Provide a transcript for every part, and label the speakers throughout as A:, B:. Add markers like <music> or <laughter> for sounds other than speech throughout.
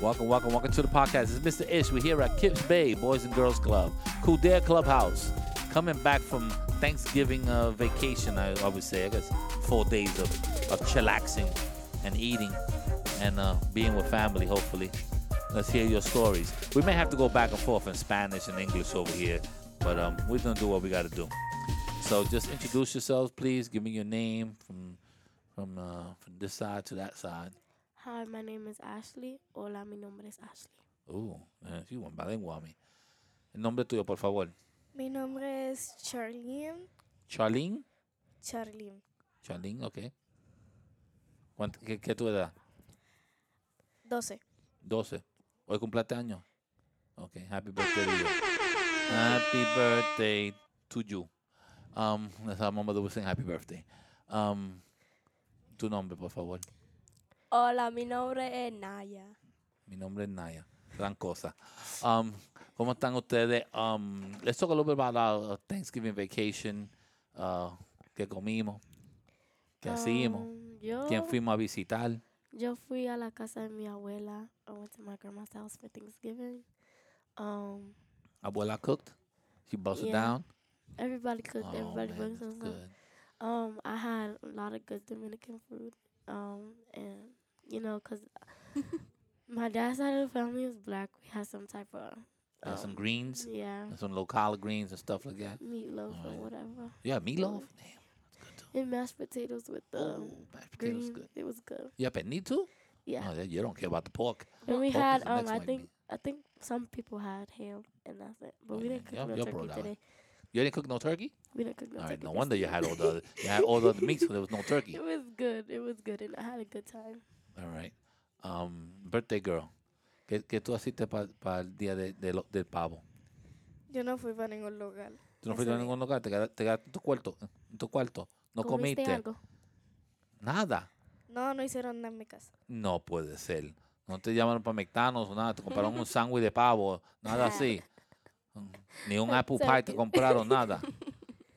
A: Welcome, welcome, welcome to the podcast. It's Mr. Ish. We're here at Kips Bay Boys and Girls Club, Kildare Clubhouse. Coming back from Thanksgiving uh, vacation, I, I would say. I guess four days of, of chillaxing and eating and uh, being with family, hopefully. Let's hear your stories. We may have to go back and forth in Spanish and English over here, but um, we're going to do what we got to do. So just introduce yourselves, please. Give me your name from from uh, from this side to that side.
B: Hi, my name is Ashley. Hola, mi nombre es Ashley.
A: Uh, eh, sí, buen balengua, mi. El nombre tuyo, por favor.
B: Mi nombre es Charlene.
A: Charlene.
B: Charlene.
A: Charlene, ok. ¿Cuánt- ¿Qué, qué tu edad?
B: 12.
A: 12. Hoy cumpliste año. Ok, happy birthday to you. Happy birthday to you. Um, that's how my mother was saying happy birthday. Um, tu nombre, por favor.
B: Hola, mi nombre es Naya.
A: Mi nombre es Naya. Gran cosa. Um, ¿Cómo están ustedes? Um, let's talk a little bit about our Thanksgiving vacation. Uh, ¿Qué comimos? ¿Qué hacíamos?
B: Um, yo,
A: ¿Quién fuimos a visitar?
B: yo fui a la casa de mi abuela. I went to my grandma's house for Thanksgiving. Um,
A: Abuela cooked. She busted
B: Yeah.
A: down.
B: everybody cooked.
A: Oh,
B: everybody
A: man,
B: brought
A: that's
B: something.
A: good.
B: Um, I had a lot of good Dominican food. Um, and you know, cause <laughs> my dad's side of the family is black. We had some type of
A: There's some
B: um,
A: greens.
B: yeah
A: There's some little collard greens and stuff like that.
B: meatloaf
A: Alright.
B: or whatever,
A: Yeah, meatloaf.
B: Um,
A: Damn.
B: and mashed potatoes with the
A: Ooh, mashed Oh, potatoes
B: greens.
A: good.
B: It was good.
A: Yeah, but need to?
B: um, Yeah,
A: Oh, you don't care about the pork.
B: and we
A: pork is
B: had
A: the
B: um,
A: next
B: I
A: white
B: think
A: meat.
B: I think some people had ham and that's it, but
A: Oh,
B: we
A: yeah.
B: didn't cook
A: Y'all-
B: no
A: y'all
B: turkey
A: brought out.
B: today.
A: You didn't cook no turkey?
B: We didn't cook no
A: All
B: turkey.
A: right, no
B: this
A: wonder you
B: year.
A: had all the other, you had all the other meats, so there was
B: <laughs>
A: no turkey.
B: It was good. It was good, and I had a good time.
A: All right. Um, birthday girl. ¿Qué, qué tú hiciste para el día de, de lo- del pavo?
C: Yo no fui para ningún lugar.
A: ¿Tú no fuiste a
C: Ese día.
A: ningún lugar? ¿Te quedaste, te quedaste en tu cuarto? En tu cuarto. ¿No comiste?
B: algo?
A: Nada.
C: No, no hicieron nada en mi casa.
A: No puede ser. No te llamaron para McDonald's o nada. Te compraron un sándwich de pavo. Nada
B: <laughs>
A: así. Mm, Ni un apple pie te
B: Sándwich.
A: compraron,
B: <laughs>
A: nada.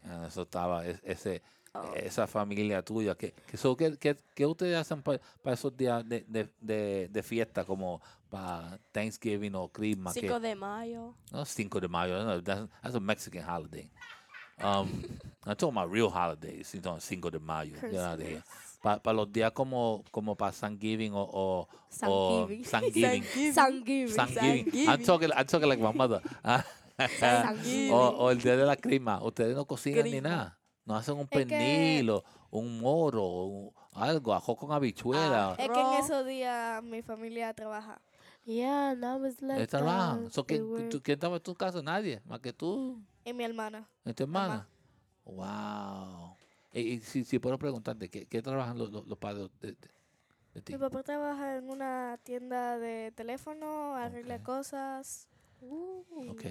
A: Ah, Eso estaba, es- ese,
B: Oh.
A: esa familia tuya. ¿Qué, qué, so, qué, qué- qué ustedes hacen para esos días de, de, de, de fiesta como para Thanksgiving o Christmas? que-
D: Cinco de mayo.
A: No, Oh, Cinco de Mayo. No, that's, that's a Mexican holiday. Um, I'm talking about real holidays. You know, Cinco de Mayo. Get out of here. Para los días como, como para Thanksgiving o, o, o
B: Thanksgiving.
A: Thanksgiving.
B: Thanksgiving.
A: Thanksgiving. I'm talking, I'm talking like my mother. Ah,
B: Thanksgiving.
A: o, o el día de la crema. Ustedes no cocinan ni
D: Crema.
A: nada. No hacen un
C: Es que-
A: pernil o un moro o un- algo, ajo con habichuela.
B: Ah,
C: Es que en
D: Ro.
C: esos días mi familia trabaja.
B: Yeah, and I was like,
A: Está raro.
B: uh,
A: So,
B: they
A: ¿quién,
B: were-
A: tú- ¿Quién estaba en tu casa? Nadie, más que tú.
C: Y mi hermana.
A: ¿En tu hermana?
C: Mamá.
A: Wow. Y, y si, si puedo preguntarte, ¿qué, qué trabajan los, los, los padres de, de- de ti?
C: Mi papá trabaja en una tienda de teléfono, arregla
A: Ok.
C: cosas.
B: Uh.
A: Ok.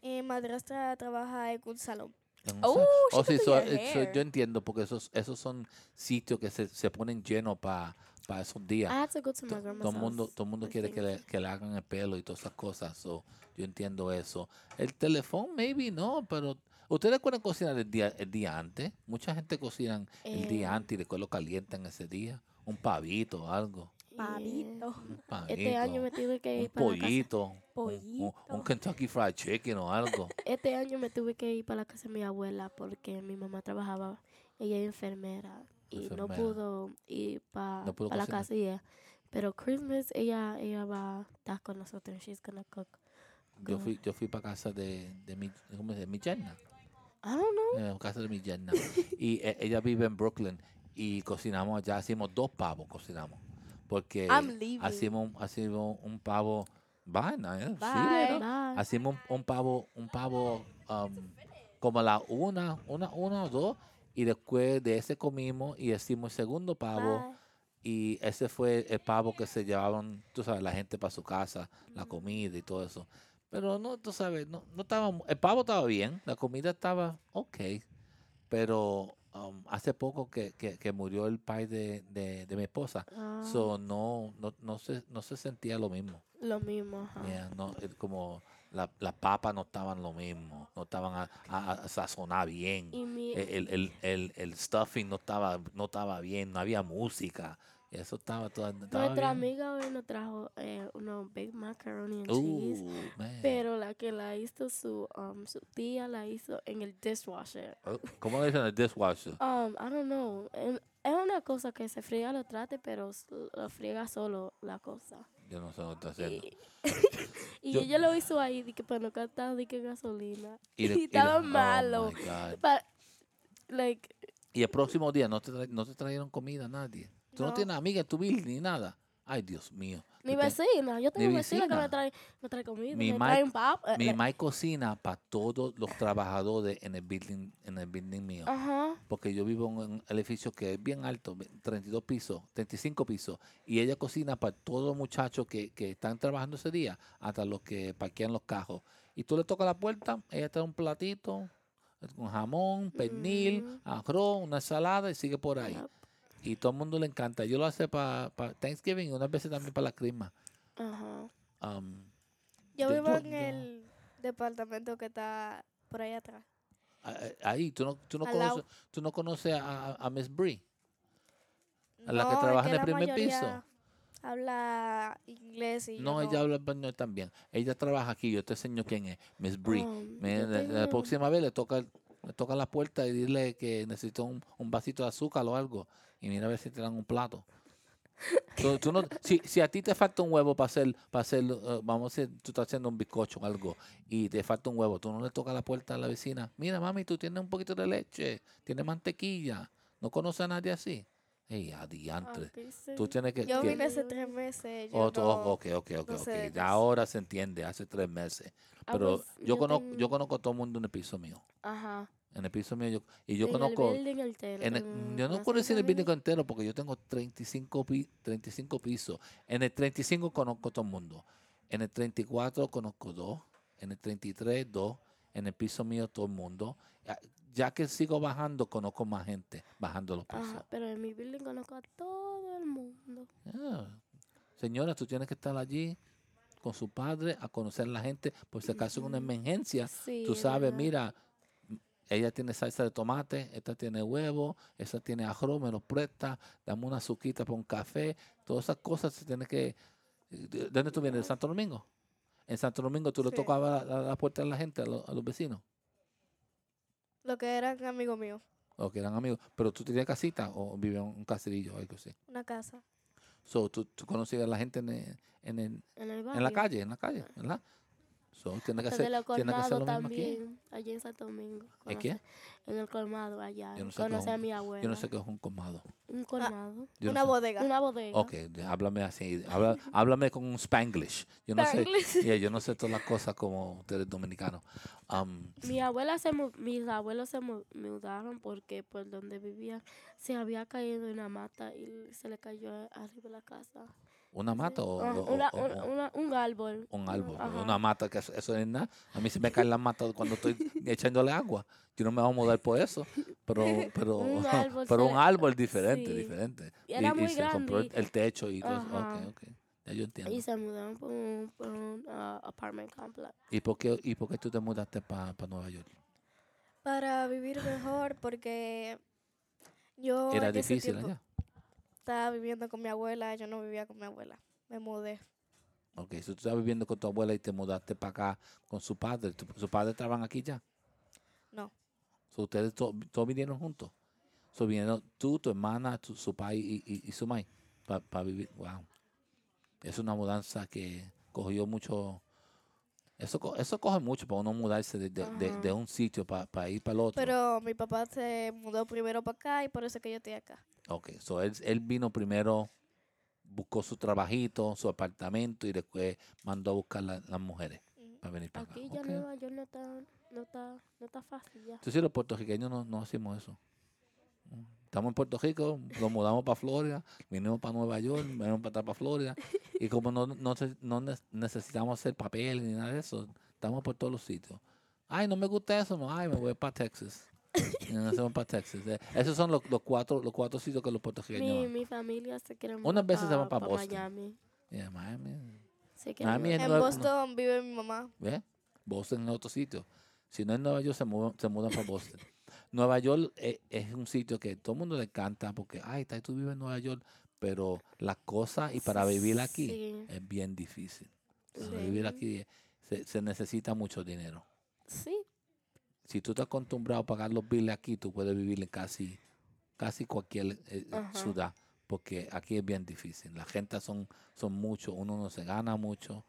C: Y mi madrastra trabaja en un salón.
A: En un
D: Oh,
A: sa- oh,
D: she
A: sí,
D: could do
A: so-
D: your
A: eh, so
D: hair.
A: yo entiendo, porque esos, esos son sitios que se, se ponen llenos para esos días.
B: I
C: Ah,
B: had to go Ah, to
A: Ah,
B: my
A: To-
B: grandma's
A: Todo el mundo,
B: house.
A: todo el mundo
B: I
A: quiere que le, que le hagan el pelo y todas esas cosas. so, yo entiendo eso. El teléfono, maybe no, pero ¿ustedes pueden cocinar el día, el día antes? Mucha gente cocina el día
B: Eh,
A: antes y después lo calientan ese día. Un pavito o algo.
D: Pavito.
A: Un
B: Este año
A: pavito.
B: me tuve que
A: un
B: ir para la casa.
A: pollito, un- un, un
D: Pollito.
A: Kentucky Fried Chicken o algo.
B: Este año me tuve que ir para la casa de mi abuela porque mi mamá trabajaba, ella es enfermera y no
A: Enfermera.
B: pudo ir para
A: No pudo
B: la
A: cocinar.
B: casa ella. Pero Christmas ella ella va a estar con nosotros. She's gonna cook.
A: Yo
B: Good.
A: fui, yo fui para casa de, de mi, ¿cómo es? De mi yerna.
B: I don't know.
A: Eh, casa de mi yerna. y eh, ella vive en Brooklyn y cocinamos allá, hacemos dos pavos, cocinamos. Porque
D: I'm leaving.
A: hacemos, un- hacemos un pavo vaina, eh, sí,
D: Bye.
A: ¿verdad?
B: Bye.
A: Hacemos un, un pavo, un pavo um, como a la una, una, una o dos, y después de ese comimos y hicimos el segundo pavo.
B: Ah.
A: Y ese fue el pavo que se llevaban, tú sabes, la gente para su casa, la comida y todo eso. Pero no, tú sabes, no, no estaba, mu- el pavo estaba bien, la comida estaba ok. Pero um, hace poco que, que- que murió el pai de, de- de mi esposa.
B: Ah,
A: So, no, no, no, se, no se sentía lo mismo.
B: lo mismo. ajá.
A: Yeah, no, es como la- las papas no estaban lo mismo, no estaban a, a- a sazonar bien
B: Y mi
A: Eh, E, el, el, el, el- el stuffing no estaba, no estaba bien, no había música. Y eso estaba todo. estaba
B: Nuestra
A: bien.
B: amiga hoy nos trajo eh, unos big macaroni and
A: Uh,
B: cheese.
A: Ooh, man.
B: Pero la que la hizo su, um, su tía la hizo en el dishwasher.
A: Oh, ¿Cómo le dicen el dishwasher?
B: Um, I don't know. en- Es una cosa que se friega lo trate, pero s- lo friega solo la cosa.
A: Yo no sé lo que está haciendo.
B: Y, <laughs> y
A: Yo-
B: ella lo hizo ahí, di que para no gastar di que gasolina. <laughs> Y,
A: de- de-
B: estaba
A: oh my
B: malo.
A: God.
B: Pa- like,
A: Y el próximo día no te, tra- no te trajeron comida nadie. Tú no,
C: No.
A: tienes amiga en tu bill ni nada. Ay, Dios mío.
B: mi
A: Yo te-
B: vecina, yo tengo vecina que
A: vecina.
B: me trae, me trae comida,
A: Mi
B: me
A: ma-
B: trae un pap. eh,
A: Mi
B: le-
A: mai cocina para todos los trabajadores en el building, en el building mío.
B: Ajá.
A: Porque yo vivo en un edificio que es bien alto, ve- 32 pisos, 35 pisos. Y ella cocina para todos los muchachos que, que están trabajando ese día, hasta los que parquean los cajos. Y tú le tocas la puerta, ella te da un platito eh, con jamón, pernil,
B: Ujú.
A: arroz, una ensalada y sigue por ahí.
B: Yup.
A: Y todo el mundo le encanta. Yo lo hace para Thanksgiving y unas veces también para la crisma.
B: Ajá.
A: Um,
C: Yo
A: Yo-
C: vivo
A: yo-
C: en
A: yo-
C: el departamento que está por allá atrás.
A: a- a- ahí, tú no, tú no
C: Al lado.
A: conoces, tú no conoces a, a- a Miss Bree. A la
C: No,
A: que
C: es
A: trabaja en el
C: la
A: primer piso.
C: mayoría Habla inglés y yo
A: No, ella habla español también. Ella trabaja aquí, yo te enseño quién es, Miss Bree.
B: Um,
A: Me-
B: yo
A: la, la
B: tengo-
A: próxima vez le toca, le toca la puerta y dile que necesito un, un vasito de azúcar o algo. Y mira a ver si te dan un plato. Tú- tú no- si, si a ti te falta un huevo para hacer, para hacer eh, vamos a decir, tú estás haciendo un bizcocho o algo y te falta un huevo, tú no le tocas la puerta a la vecina. Mira, mami, tú tienes un poquito de leche, tienes mantequilla. No conoces a nadie así. Ey, adiantre.
B: aunque sí.
A: Tú tienes que...
C: Ah, Yo
A: que-
C: vine hace tres meses. Yo
A: Oh, tú- oh,
C: no-
A: ok, ok, ok,
C: no
A: ok.
C: sé de
A: Ya
C: eso.
A: ahora se entiende, hace tres meses.
B: Ah,
A: Pero
B: pues,
A: yo, conozco,
B: tengo-
A: yo conozco a todo el mundo en el piso mío.
B: Ajá.
A: En el piso mío, yo, y yo
B: En el
A: conozco...
B: building entero,
A: en el-
B: tengo
A: yo no
B: unas
A: puedo decir el
B: amigas.
A: building entero porque yo tengo 35, pi- 35 pisos. En el 35 conozco a todo el mundo. En el 34 conozco dos. En el 33, dos. En el piso mío, todo el mundo. Ya- Ya que sigo bajando, conozco más gente bajando los pisos.
B: Ajá, pero en mi building conozco a todo el mundo.
A: Ah, Señora, tú tienes que estar allí con su padre a conocer la gente por si acaso en una emergencia.
B: Sí,
A: tú
B: es
A: sabes,
B: verdad.
A: mira, m- ella tiene salsa de tomate, esta tiene huevo, esta tiene arroz, me lo presta, dame una suquita para un café. Todas esas cosas se tiene que... ¿De dónde tú vienes? ¿De Santo Domingo? En Santo Domingo tú le
C: Sí.
A: tocabas la, la puerta a la gente, a, lo- a los vecinos,
C: Lo que eran amigos míos.
A: o que eran amigos. Pero tú tenías casita o vivías en un caserillo o algo así.
C: Una casa.
A: So, tú, tú conocías a la gente en el- en el,
B: En el barrio.
A: En la calle, en la calle, ¿verdad? So, tiene, que
B: ah. Hasta de
A: hacer,
B: los
A: tiene que hacer lo
B: colmados
A: mismo aquí.
B: también, allá en Santo Domingo.
A: ¿En
B: conoce-
A: qué?
B: En el colmado allá.
A: Yo no sé qué
B: conoce
A: es
B: a
A: un-
B: mi abuela.
A: Yo no sé qué es un colmado.
C: Ah,
B: Un colmado.
A: Yo
C: una
A: no sé.
C: bodega.
B: Una bodega.
A: Ok, de- háblame así, habla- háblame con un spanglish. Yo no sé,
C: Spanglish.
A: yeah, yo no sé todas las cosas como ustedes dominicanos. Um,
B: Mi abuela se mu- mis abuelos se mu- mudaron porque por donde vivían se había caído una mata y se le cayó arriba de la casa.
A: ¿Una mata o,
B: Ah,
A: o- o-
B: una-
A: o-
B: una- una- un árbol.
A: un árbol?
B: Ajá.
A: Una mata, que eso, eso es nada. A mí se me caen las matas cuando estoy echándole agua. Yo no me voy a mudar por eso. Pero, pero,
B: <laughs> Un árbol
A: <laughs> pero
B: se-
A: un árbol diferente,
B: <laughs> sí.
A: diferente.
B: Y era muy
A: se compró el,
B: grande y-
A: el techo y todo. eso.
B: Ajá.
A: Ok, ok. Ya yo entiendo.
B: Y se mudaron por un, por un, ah, apartment complex.
A: ¿Y por qué, y por qué tú te mudaste para Nueva York?
C: Para vivir mejor porque yo
A: Era
C: en ese
A: difícil
C: tiempo
A: allá.
C: estaba viviendo con mi abuela. Yo no vivía con mi abuela. Me mudé.
A: Ok, so tú estabas viviendo con tu abuela y te mudaste para acá con su padre. ¿Tu- ¿Su padre estaban aquí ya?
C: No.
A: So ustedes to- todos vinieron juntos. So vinieron tú, tu hermana, tu- su pai y, y- y su mai para vivir. Wow. Es una mudanza que cogió mucho. Eso, co- eso coge mucho para uno mudarse de, de- de-
B: Ajá.
A: de un sitio para ir para el otro.
C: Pero mi papá se mudó primero para acá y por eso que yo estoy acá.
A: Ok, so él, él vino primero, buscó su trabajito, su apartamento y después mandó a buscar la- las mujeres
C: Ujú.
A: para venir para
B: Aquí
A: acá.
B: ya
A: Ok.
B: Nueva York no está, no está, no está fácil ya.
A: Tú sí, los puertorriqueños no, no hacemos eso. Mm. Estamos en Puerto Rico, nos mudamos para Florida, vinimos para Nueva York, vinimos para acá para Florida. Y como no, no, se- no ne- necesitamos hacer papel ni nada de eso, estamos por todos los sitios. Ay, no me gusta eso, no, ay, me voy para Texas. Y nos hacemos para Texas. Eh, Esos son los, los cuatro, los cuatro sitios que los puertorriqueños
B: Mi,
A: van.
B: mi familia se quiere mudar.
A: Unas veces se van
B: va
A: pa Boston.
B: Miami.
A: Yeah, Miami.
B: Se quiere
A: Miami es
B: mudar.
C: En
A: Ah, no-
C: Boston vive mi mamá.
A: ¿Ves? Boston es otro sitio. Si no es Nueva York, se mudan, se mudan para Boston. <laughs> Nueva York eh, es, un sitio que todo el mundo le encanta porque, ay, Tay, tú vives en Nueva York. pero las cosas y para vivir aquí
B: Sí.
A: es bien difícil. Para
C: Sí.
A: vivir aquí eh, se, se necesita mucho dinero.
B: Sí,
A: Si tú estás acostumbrado a pagar los billes aquí, tú puedes vivir en casi, casi cualquier eh,
C: Ajá.
A: ciudad, porque aquí es bien difícil. Las gente son, son muchos, uno no se gana mucho,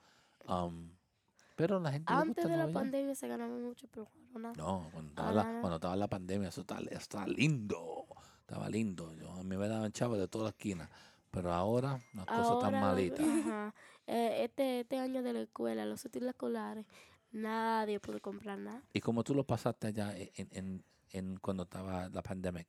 A: am, pero la gente le
B: antes
A: gusta
B: de la
A: Nueva York.
B: pandemia se ganaba mucho, pero ahora no.
A: No, cuando estaba, la,
B: Ah.
A: cuando estaba la pandemia, eso estaba, estaba lindo. Estaba lindo. Yo, a mí me daban chavos de toda la esquina. Pero ahora las cosas están
B: Ahora,
A: malitas.
B: ajá, eh, este, este año de la escuela, los útiles escolares, nadie pudo comprar nada.
A: ¿Y cómo tú lo pasaste allá en, en- en- en cuando estaba la pandemia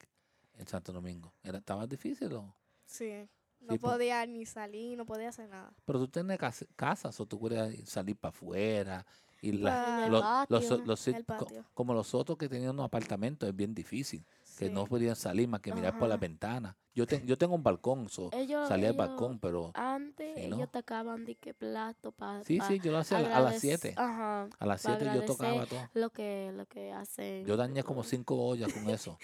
A: en Santo Domingo? Era, ¿Estaba difícil o?
C: Sí.
A: Sí,
C: No
A: po-
C: podía ni salir, no podía hacer nada.
A: Pero tú tenías cas- casas o tú podías salir para afuera. Y la-
C: Pa-
B: En el
A: los- los-
B: patio,
A: los
C: en el
A: sit- co-
C: patio.
A: como los otros que tenían unos apartamentos, es bien difícil. Que
C: Sí.
A: no podían salir más que mirar por la
B: Ajá.
A: ventana. Yo, te- yo tengo un balcón, so,
B: Ellos,
A: salí al
B: ellos-
A: balcón, pero...
B: Antes
A: Sí, ¿no?
B: ellos tocaban de que plato para
A: Sí, sí, yo lo hacía a la- a las 7.
B: Ajá,
A: A las
B: pa'
A: 7 yo tocaba
B: agradecer.
A: todo.
B: lo que, lo que hacen.
A: Yo dañé como cinco ollas con eso.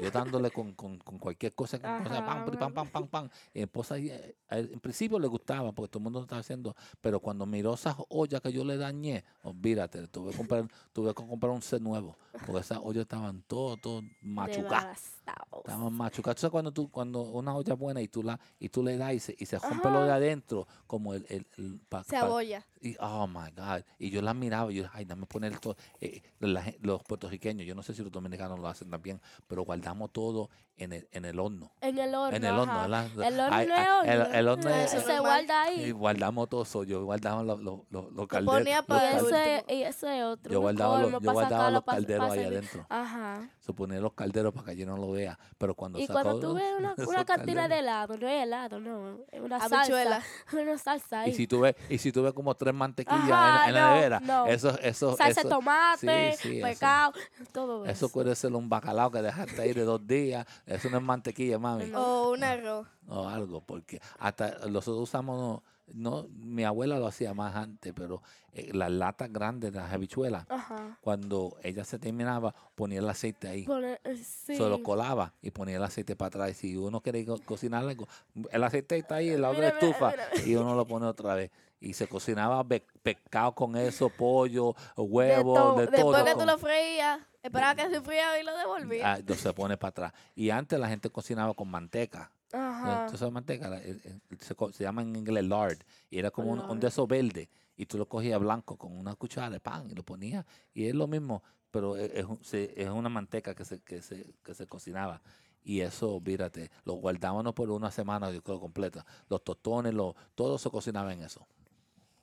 A: Yo dándole con, con, con cualquier cosa. Con cosa pam,
C: Ajá,
A: pri, pam, pam, pam, pam. Y mi esposa, ahí, eh, eh, en principio le gustaba porque todo el mundo lo estaba haciendo. Pero cuando miró esas ollas que yo le dañé, olvídate, tuve que comprar, tuve que comprar un set nuevo. Porque esas ollas estaban todo, todo machucadas.
B: devastados.
A: Estaban machucadas. Tú sabes cuando tú, cuando una olla buena y tú la, y tú le das y se, y se rompe lo
C: Ajá.
A: de adentro, como el, el, el- pa-
C: Se
A: pa-
C: abolla.
A: y, oh my God. Y yo la miraba, y yo, ay, dame poner esto. eh, la gen- los puertorriqueños, yo no sé si los dominicanos lo hacen también, pero guardamos todo en el, en el horno.
B: En el horno.
A: en el horno,
B: ajá.
A: ¿verdad?
B: El horno
A: Ay,
B: es
A: ay,
B: horno.
A: el- el horno
B: Eh,
A: es-
B: se
C: Normal.
B: guarda
A: Y
B: ahí.
A: guardamos todo eso, yo guardaba los, los, los, los
C: Lo
A: calderos.
C: ponía
A: los
B: Y
C: para
A: cal-
C: el
B: ese,
C: último.
B: y ese otro.
A: yo
B: un
A: guardaba
B: colmo
A: los, yo
B: pa'
A: guardaba los
B: sacarlo, pa-
A: calderos
B: pa'
A: ahí
B: servir.
A: adentro.
B: Ajá.
A: Se ponía los calderos para que yo no lo vea. Pero cuando
B: Y
A: sacó
B: cuando tú
A: los- <laughs>
B: ves una,
A: esos
B: una cantina
A: calderos-
B: de helado, no es helado, no. Es una
C: Habichuela.
B: salsa. <laughs> Una salsa ahí.
A: Y si tú ves, y si tú ves como tres mantequillas en-
B: Ajá,
A: en, la
B: no,
A: nevera,
B: no.
A: eso, eso,
B: salsa
A: eso-
B: de tomate,
A: sí, sí, eso.
B: pescado, todo pues. eso.
A: Eso puede ser un bacalao que dejaste ahí de dos días. Eso no es mantequilla, mami.
B: No.
C: O un arroz.
A: O algo, porque hasta nosotros usamos, no, no, mi abuela lo hacía más antes, pero eh, las latas grandes de las habichuelas,
B: Ajá.
A: cuando ella se terminaba, ponía el aceite ahí.
C: e-
B: Poner- eh, sí.
A: Se lo colaba y ponía el aceite para atrás. Y si uno quiere co- cocinar algo, el aceite está ahí en la otra
B: Mira, mira,
A: estufa
B: mira,
A: y uno lo pone otra vez. Y se cocinaba pe- pescado con eso, pollo, huevo,
B: todo.
A: de, todo.
C: Después que tú
A: con-
C: lo freías, esperaba que se fría y lo devolvías.
A: Ah, no, se pone para atrás. Y antes la gente cocinaba con manteca.
B: Ajá.
A: Ah, Entonces manteca la- el- el- se, co- se llama en inglés lard. Y era como un, un
B: Lard.
A: de esos verde. Y tú lo cogías blanco con una cuchara de pan y lo ponías. Y es lo mismo, pero e- es, un- se- es una manteca que se, que, se, que se cocinaba. Y eso, mírate, lo guardábamos por una semana, yo creo, completa. Los tostones, lo, todo se cocinaba en eso.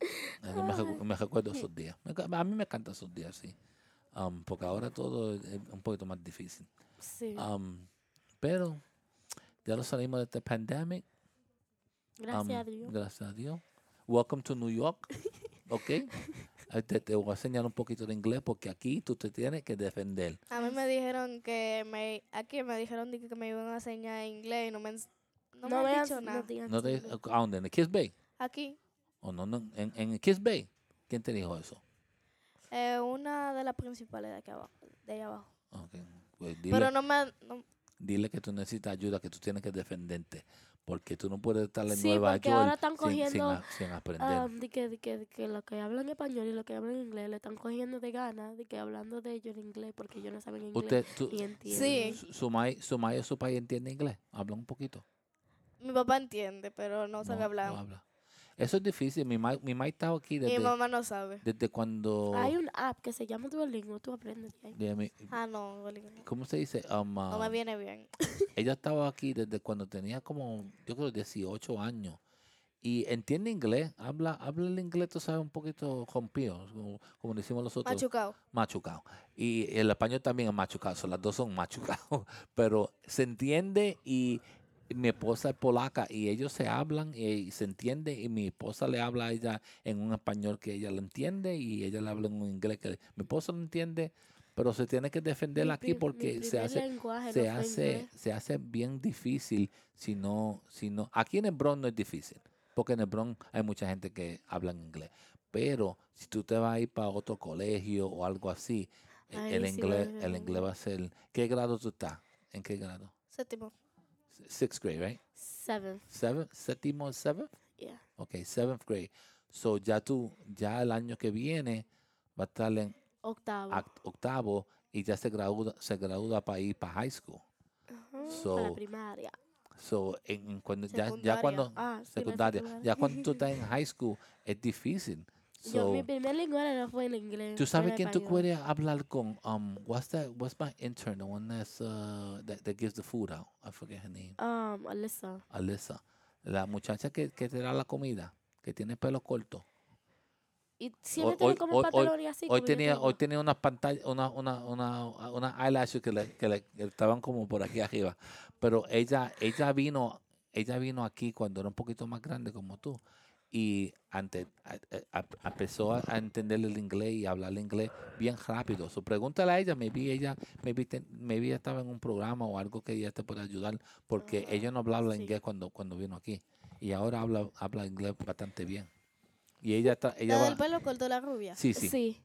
A: Eh, Yo me, recu- me recuerdo esos días. Me ca- a mí me encantan esos días, sí. Um, porque ahora todo es es un poquito más difícil.
B: Sí.
A: Um, pero ya lo salimos de esta pandemic.
B: Gracias
A: um,
B: a Dios.
A: Gracias a Dios. Welcome to New
B: <laughs>
A: York. ¿Ok? Eh, Te, te voy a enseñar un poquito de inglés porque aquí tú te tienes que defender.
C: A mí me dijeron que me, aquí me dijeron de que me iban a enseñar inglés y no me, ens- no me han
B: veas-
C: dicho nada.
B: digas
A: No te,
B: nada.
A: ¿A dónde? ¿En el Kiss Bay?
C: Aquí,
A: ¿O no, no, en, en el Kiss Bay? ¿Quién te dijo eso?
C: eh, una de las principales de aquí abajo, de allá abajo.
A: Ok, pues dile,
C: Pero no me, no-
A: dile que tú necesitas ayuda, que tú tienes que defenderte. Porque tú no puedes estar en
B: Sí,
A: Nueva
B: porque
A: York
B: ahora están
A: sin- sin,
B: cogiendo,
A: a- sin aprender.
B: Ah, de que, de que, de que los que hablan español y los que hablan inglés le están cogiendo de gana de que hablando de ellos en inglés porque ellos no saben inglés.
A: Usted, tú,
B: y
C: Sí.
B: entienden.
A: su, su mai- su mai o su país entiende inglés. Habla un poquito.
C: mi papá entiende, pero no sabe
A: no
C: hablar.
A: habla. Eso es difícil. Mi mamá mi ma estaba aquí
C: Mi
A: desde,
C: mamá no sabe.
A: desde cuando...
B: Hay un app que se llama Duolingo, tú aprendes de ahí.
A: de mi-
C: Ah, no, no
A: ¿Cómo se dice? Um, ah,
C: me viene bien.
A: ella estaba aquí desde cuando tenía como, yo creo, 18 años. Y entiende inglés. Habla, habla el inglés, tú sabes, un poquito rompido, como, como decimos nosotros.
C: Machucado.
A: machucado. Y el español también es machucado, so las dos son machucados. <laughs> Pero se entiende y mi esposa es polaca y ellos se hablan y, se entiende y mi esposa le habla a ella en un español que ella lo entiende y ella le habla en un inglés que mi esposa no entiende, pero se tiene que defender
B: Mi
A: aquí
B: pri- mi
A: porque se
B: primer
A: hace
B: lenguaje
A: se
B: no fue
A: hace
B: inglés.
A: se hace bien difícil si no si no aquí en el Bronx no es difícil porque en el Bronx hay mucha gente que habla en inglés pero si tú te vas a ir para otro colegio o algo así e-
B: Ahí
A: el
B: sí va a
A: inglés
B: haber
A: el
B: un-
A: inglés va a ser qué grado tú estás en qué grado
C: Séptimo.
A: S- Sixth grade, right?
B: Seventh.
A: Seventh, séptimo, seventh.
B: Yeah.
A: Okay, seventh grade. So ya tú, ya el año que viene va a estar en
B: Octavo.
A: oct- octavo y ya se gradúa, se gradúa para ir para high school.
B: Ajá, ah, para
A: so-
B: la primaria.
A: So, en, en cuando, ya, ya
C: Secundaria.
A: cuando,
B: Ah, sí, la
A: secundaria,
B: secundaria.
A: ya
B: <laughs>
A: cuando tú estás en high school es difícil.
B: Yo,
A: So,
B: mi primer lenguaje no fue el inglés.
A: Tú sabes
B: era
A: quién tú
B: español.
A: puedes hablar con. Um, what's that? What's my intern? The one that's uh, that, that gives the food out. I forget her name.
B: Um, Alyssa.
A: Alyssa. La muchacha que, que te da la comida, que tiene pelo corto.
B: Y siempre
A: Hoy-
B: tengo
A: hoy-
B: como
A: hoy-
B: pantalón y así.
A: hoy
B: como yo
A: tenía,
B: tengo.
A: hoy tenía una pantalla, una, una, una, una eyelashes que, le, que le- que estaban como por aquí arriba. Pero ella, ella vino, ella vino aquí cuando era un poquito más grande como tú. Y antes a- a- a- empezó a, a entender el inglés y a hablar el inglés bien rápido. So, pregúntale a ella, maybe ella, maybe, te- maybe ella estaba en un programa o algo que ella te pueda ayudar, porque ella no hablaba
B: sí.
A: inglés cuando, cuando vino aquí. Y ahora habla, habla inglés bastante bien. Y ella está, ella
C: la
A: va,
C: del pelo cortó la rubia.
A: sí, sí.
B: Sí.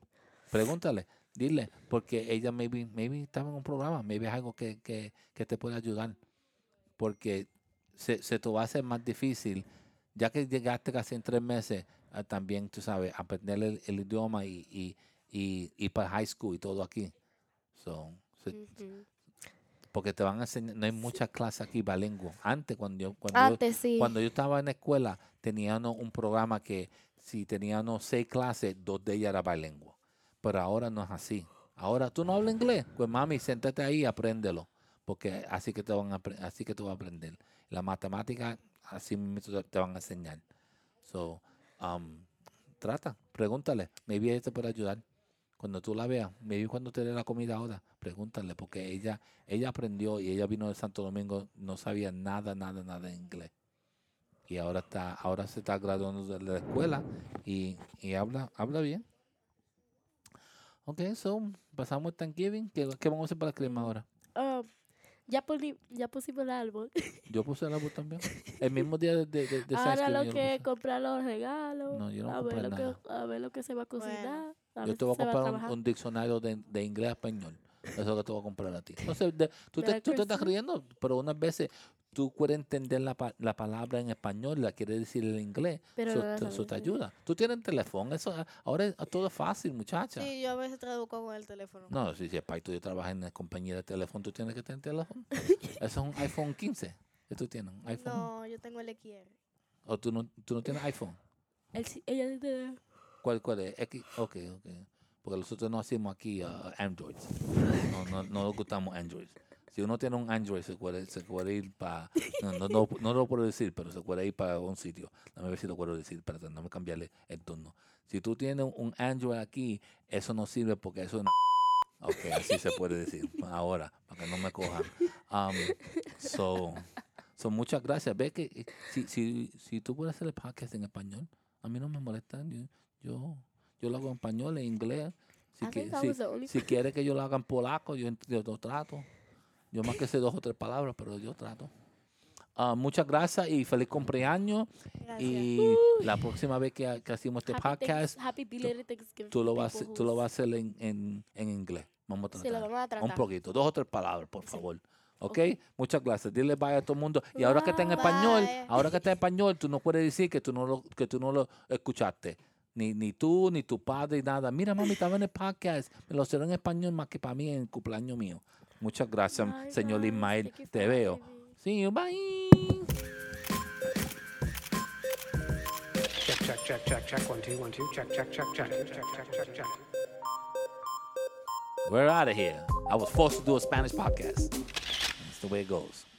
A: Pregúntale, dile, porque ella maybe, maybe estaba en un programa, maybe es algo que, que, que te puede ayudar, porque se, se te va a hacer más difícil, ya que llegaste casi en tres meses, ah, también, tú sabes, aprender el, el idioma y, y, y, y para high school y todo aquí. So, se-
B: Ujú.
A: porque te van a enseñar, no hay muchas clases aquí bilingües. Antes, cuando yo, cuando yo-
C: Antes sí.
A: cuando yo estaba en la escuela, teníamos un programa que si teníamos seis clases, dos de ellas eran bilingües. Pero ahora no es así. Ahora, ¿tú no hablas inglés? Pues mami, siéntate ahí y apréndelo. Porque así que te van a, apre- así que tú vas a aprender. La matemática, así mismo te, te van a enseñar. So, um, trata, pregúntale. Maybe ella te puede ayudar. Cuando tú la veas, maybe cuando te dé la comida ahora, pregúntale. Porque ella, ella aprendió y ella vino de Santo Domingo, no sabía nada, nada, nada de inglés y ahora está ahora se está graduando de la escuela y, y habla habla bien ok so pasamos Thanksgiving ¿Qué, qué vamos a hacer para el clima ahora?
B: Um, ya, poni- ya pusimos el árbol.
A: yo puse el árbol también el mismo día de, de, de, de
B: Ahora
A: Thanksgiving
B: lo
A: yo <laughs>
B: que es
A: puse.
B: comprar los regalos.
A: No, yo no
B: a,
A: compré
B: ver lo que,
A: nada.
B: a ver lo que se va a cocinar. a ver
A: yo te voy a
B: si se va
A: comprar un,
B: trabajar.
A: un diccionario de, de inglés a español eso es lo que te voy a comprar a ti no sé, de- tú, te,
B: ¿Verdad
A: tú
B: que
A: te estás
B: sí?
A: riendo pero unas veces tú puedes entender la, pa- la palabra en español la quieres decir en inglés
B: Pero
A: eso,
B: no la
A: te- eso
B: sabes
A: te
B: decir.
A: ayuda tú tienes teléfono eso ah, ahora es todo es fácil muchacha
C: Sí, yo a veces traduzco con el teléfono.
A: No, si, si es para tú yo trabajas en la compañía de teléfono, tú tienes que tener teléfono. Eso es un iPhone 15 que tú tienes, un iPhone.
C: No, yo tengo el XR.
A: O tú no, tú no tienes iPhone.
B: Él sí- ella sí te-
A: ¿Cuál, cuál es? X, ok, ok. Porque nosotros no hacemos aquí ah, Androids. No, no, no nos gustamos Androids. Si uno tiene un Android, se puede, se puede ir para... No, no, no, no lo puedo decir, pero se puede ir para un sitio. Dame ver si lo puedo decir, para no me cambiarle el turno. Si tú tienes un Android aquí, eso no sirve porque eso es una... <laughs> Ok, así se puede decir. Ahora, para que no me cojan. Um, so, so, muchas gracias. Ve que eh, si, si, si tú puedes hacer el podcast en español, a mí no me molesta. Yo, yo, yo lo hago en español, en inglés. Si,
B: I
A: que-
B: think that
A: si-
B: was the only-
A: si quieres que yo lo haga en polaco, yo, ent- yo lo trato. Yo más que sé dos o tres palabras, pero yo trato. Ah, muchas gracias y feliz cumpleaños.
C: Gracias.
A: Y la próxima vez que, que hacemos este
B: Happy
A: podcast,
B: thanks- Happy belated Thanksgiving.
A: tú lo,
B: to
A: vas, a
B: people
A: hacer- tú lo
B: who's-
A: vas a hacer en, en, en inglés. Vamos a tratar.
C: Sí, lo vamos a
A: Un
C: tratar.
A: poquito, dos o tres palabras, por favor. ¿Ok? Muchas gracias. Dile bye a todo el mundo. Y ahora que está en español,
C: Bye.
A: ahora que está en español, tú no puedes decir que tú no lo, que tú no lo escuchaste. Ni, ni tú, ni tu padre, nada. Mira, mami, estaba en el podcast. Me lo hicieron en español más que para mí en el cumpleaños mío. Muchas gracias,
B: Bye,
A: señor
B: guys.
A: Ismael.
B: Thank you
A: Te
B: for
A: veo.
B: having me.
A: See you. Bye.
D: Check, check, check, check, check. One, two, one, two. Check, check, check, check, check, check, check, check.
A: We're out of here. I was forced to do a Spanish podcast. That's the way it goes.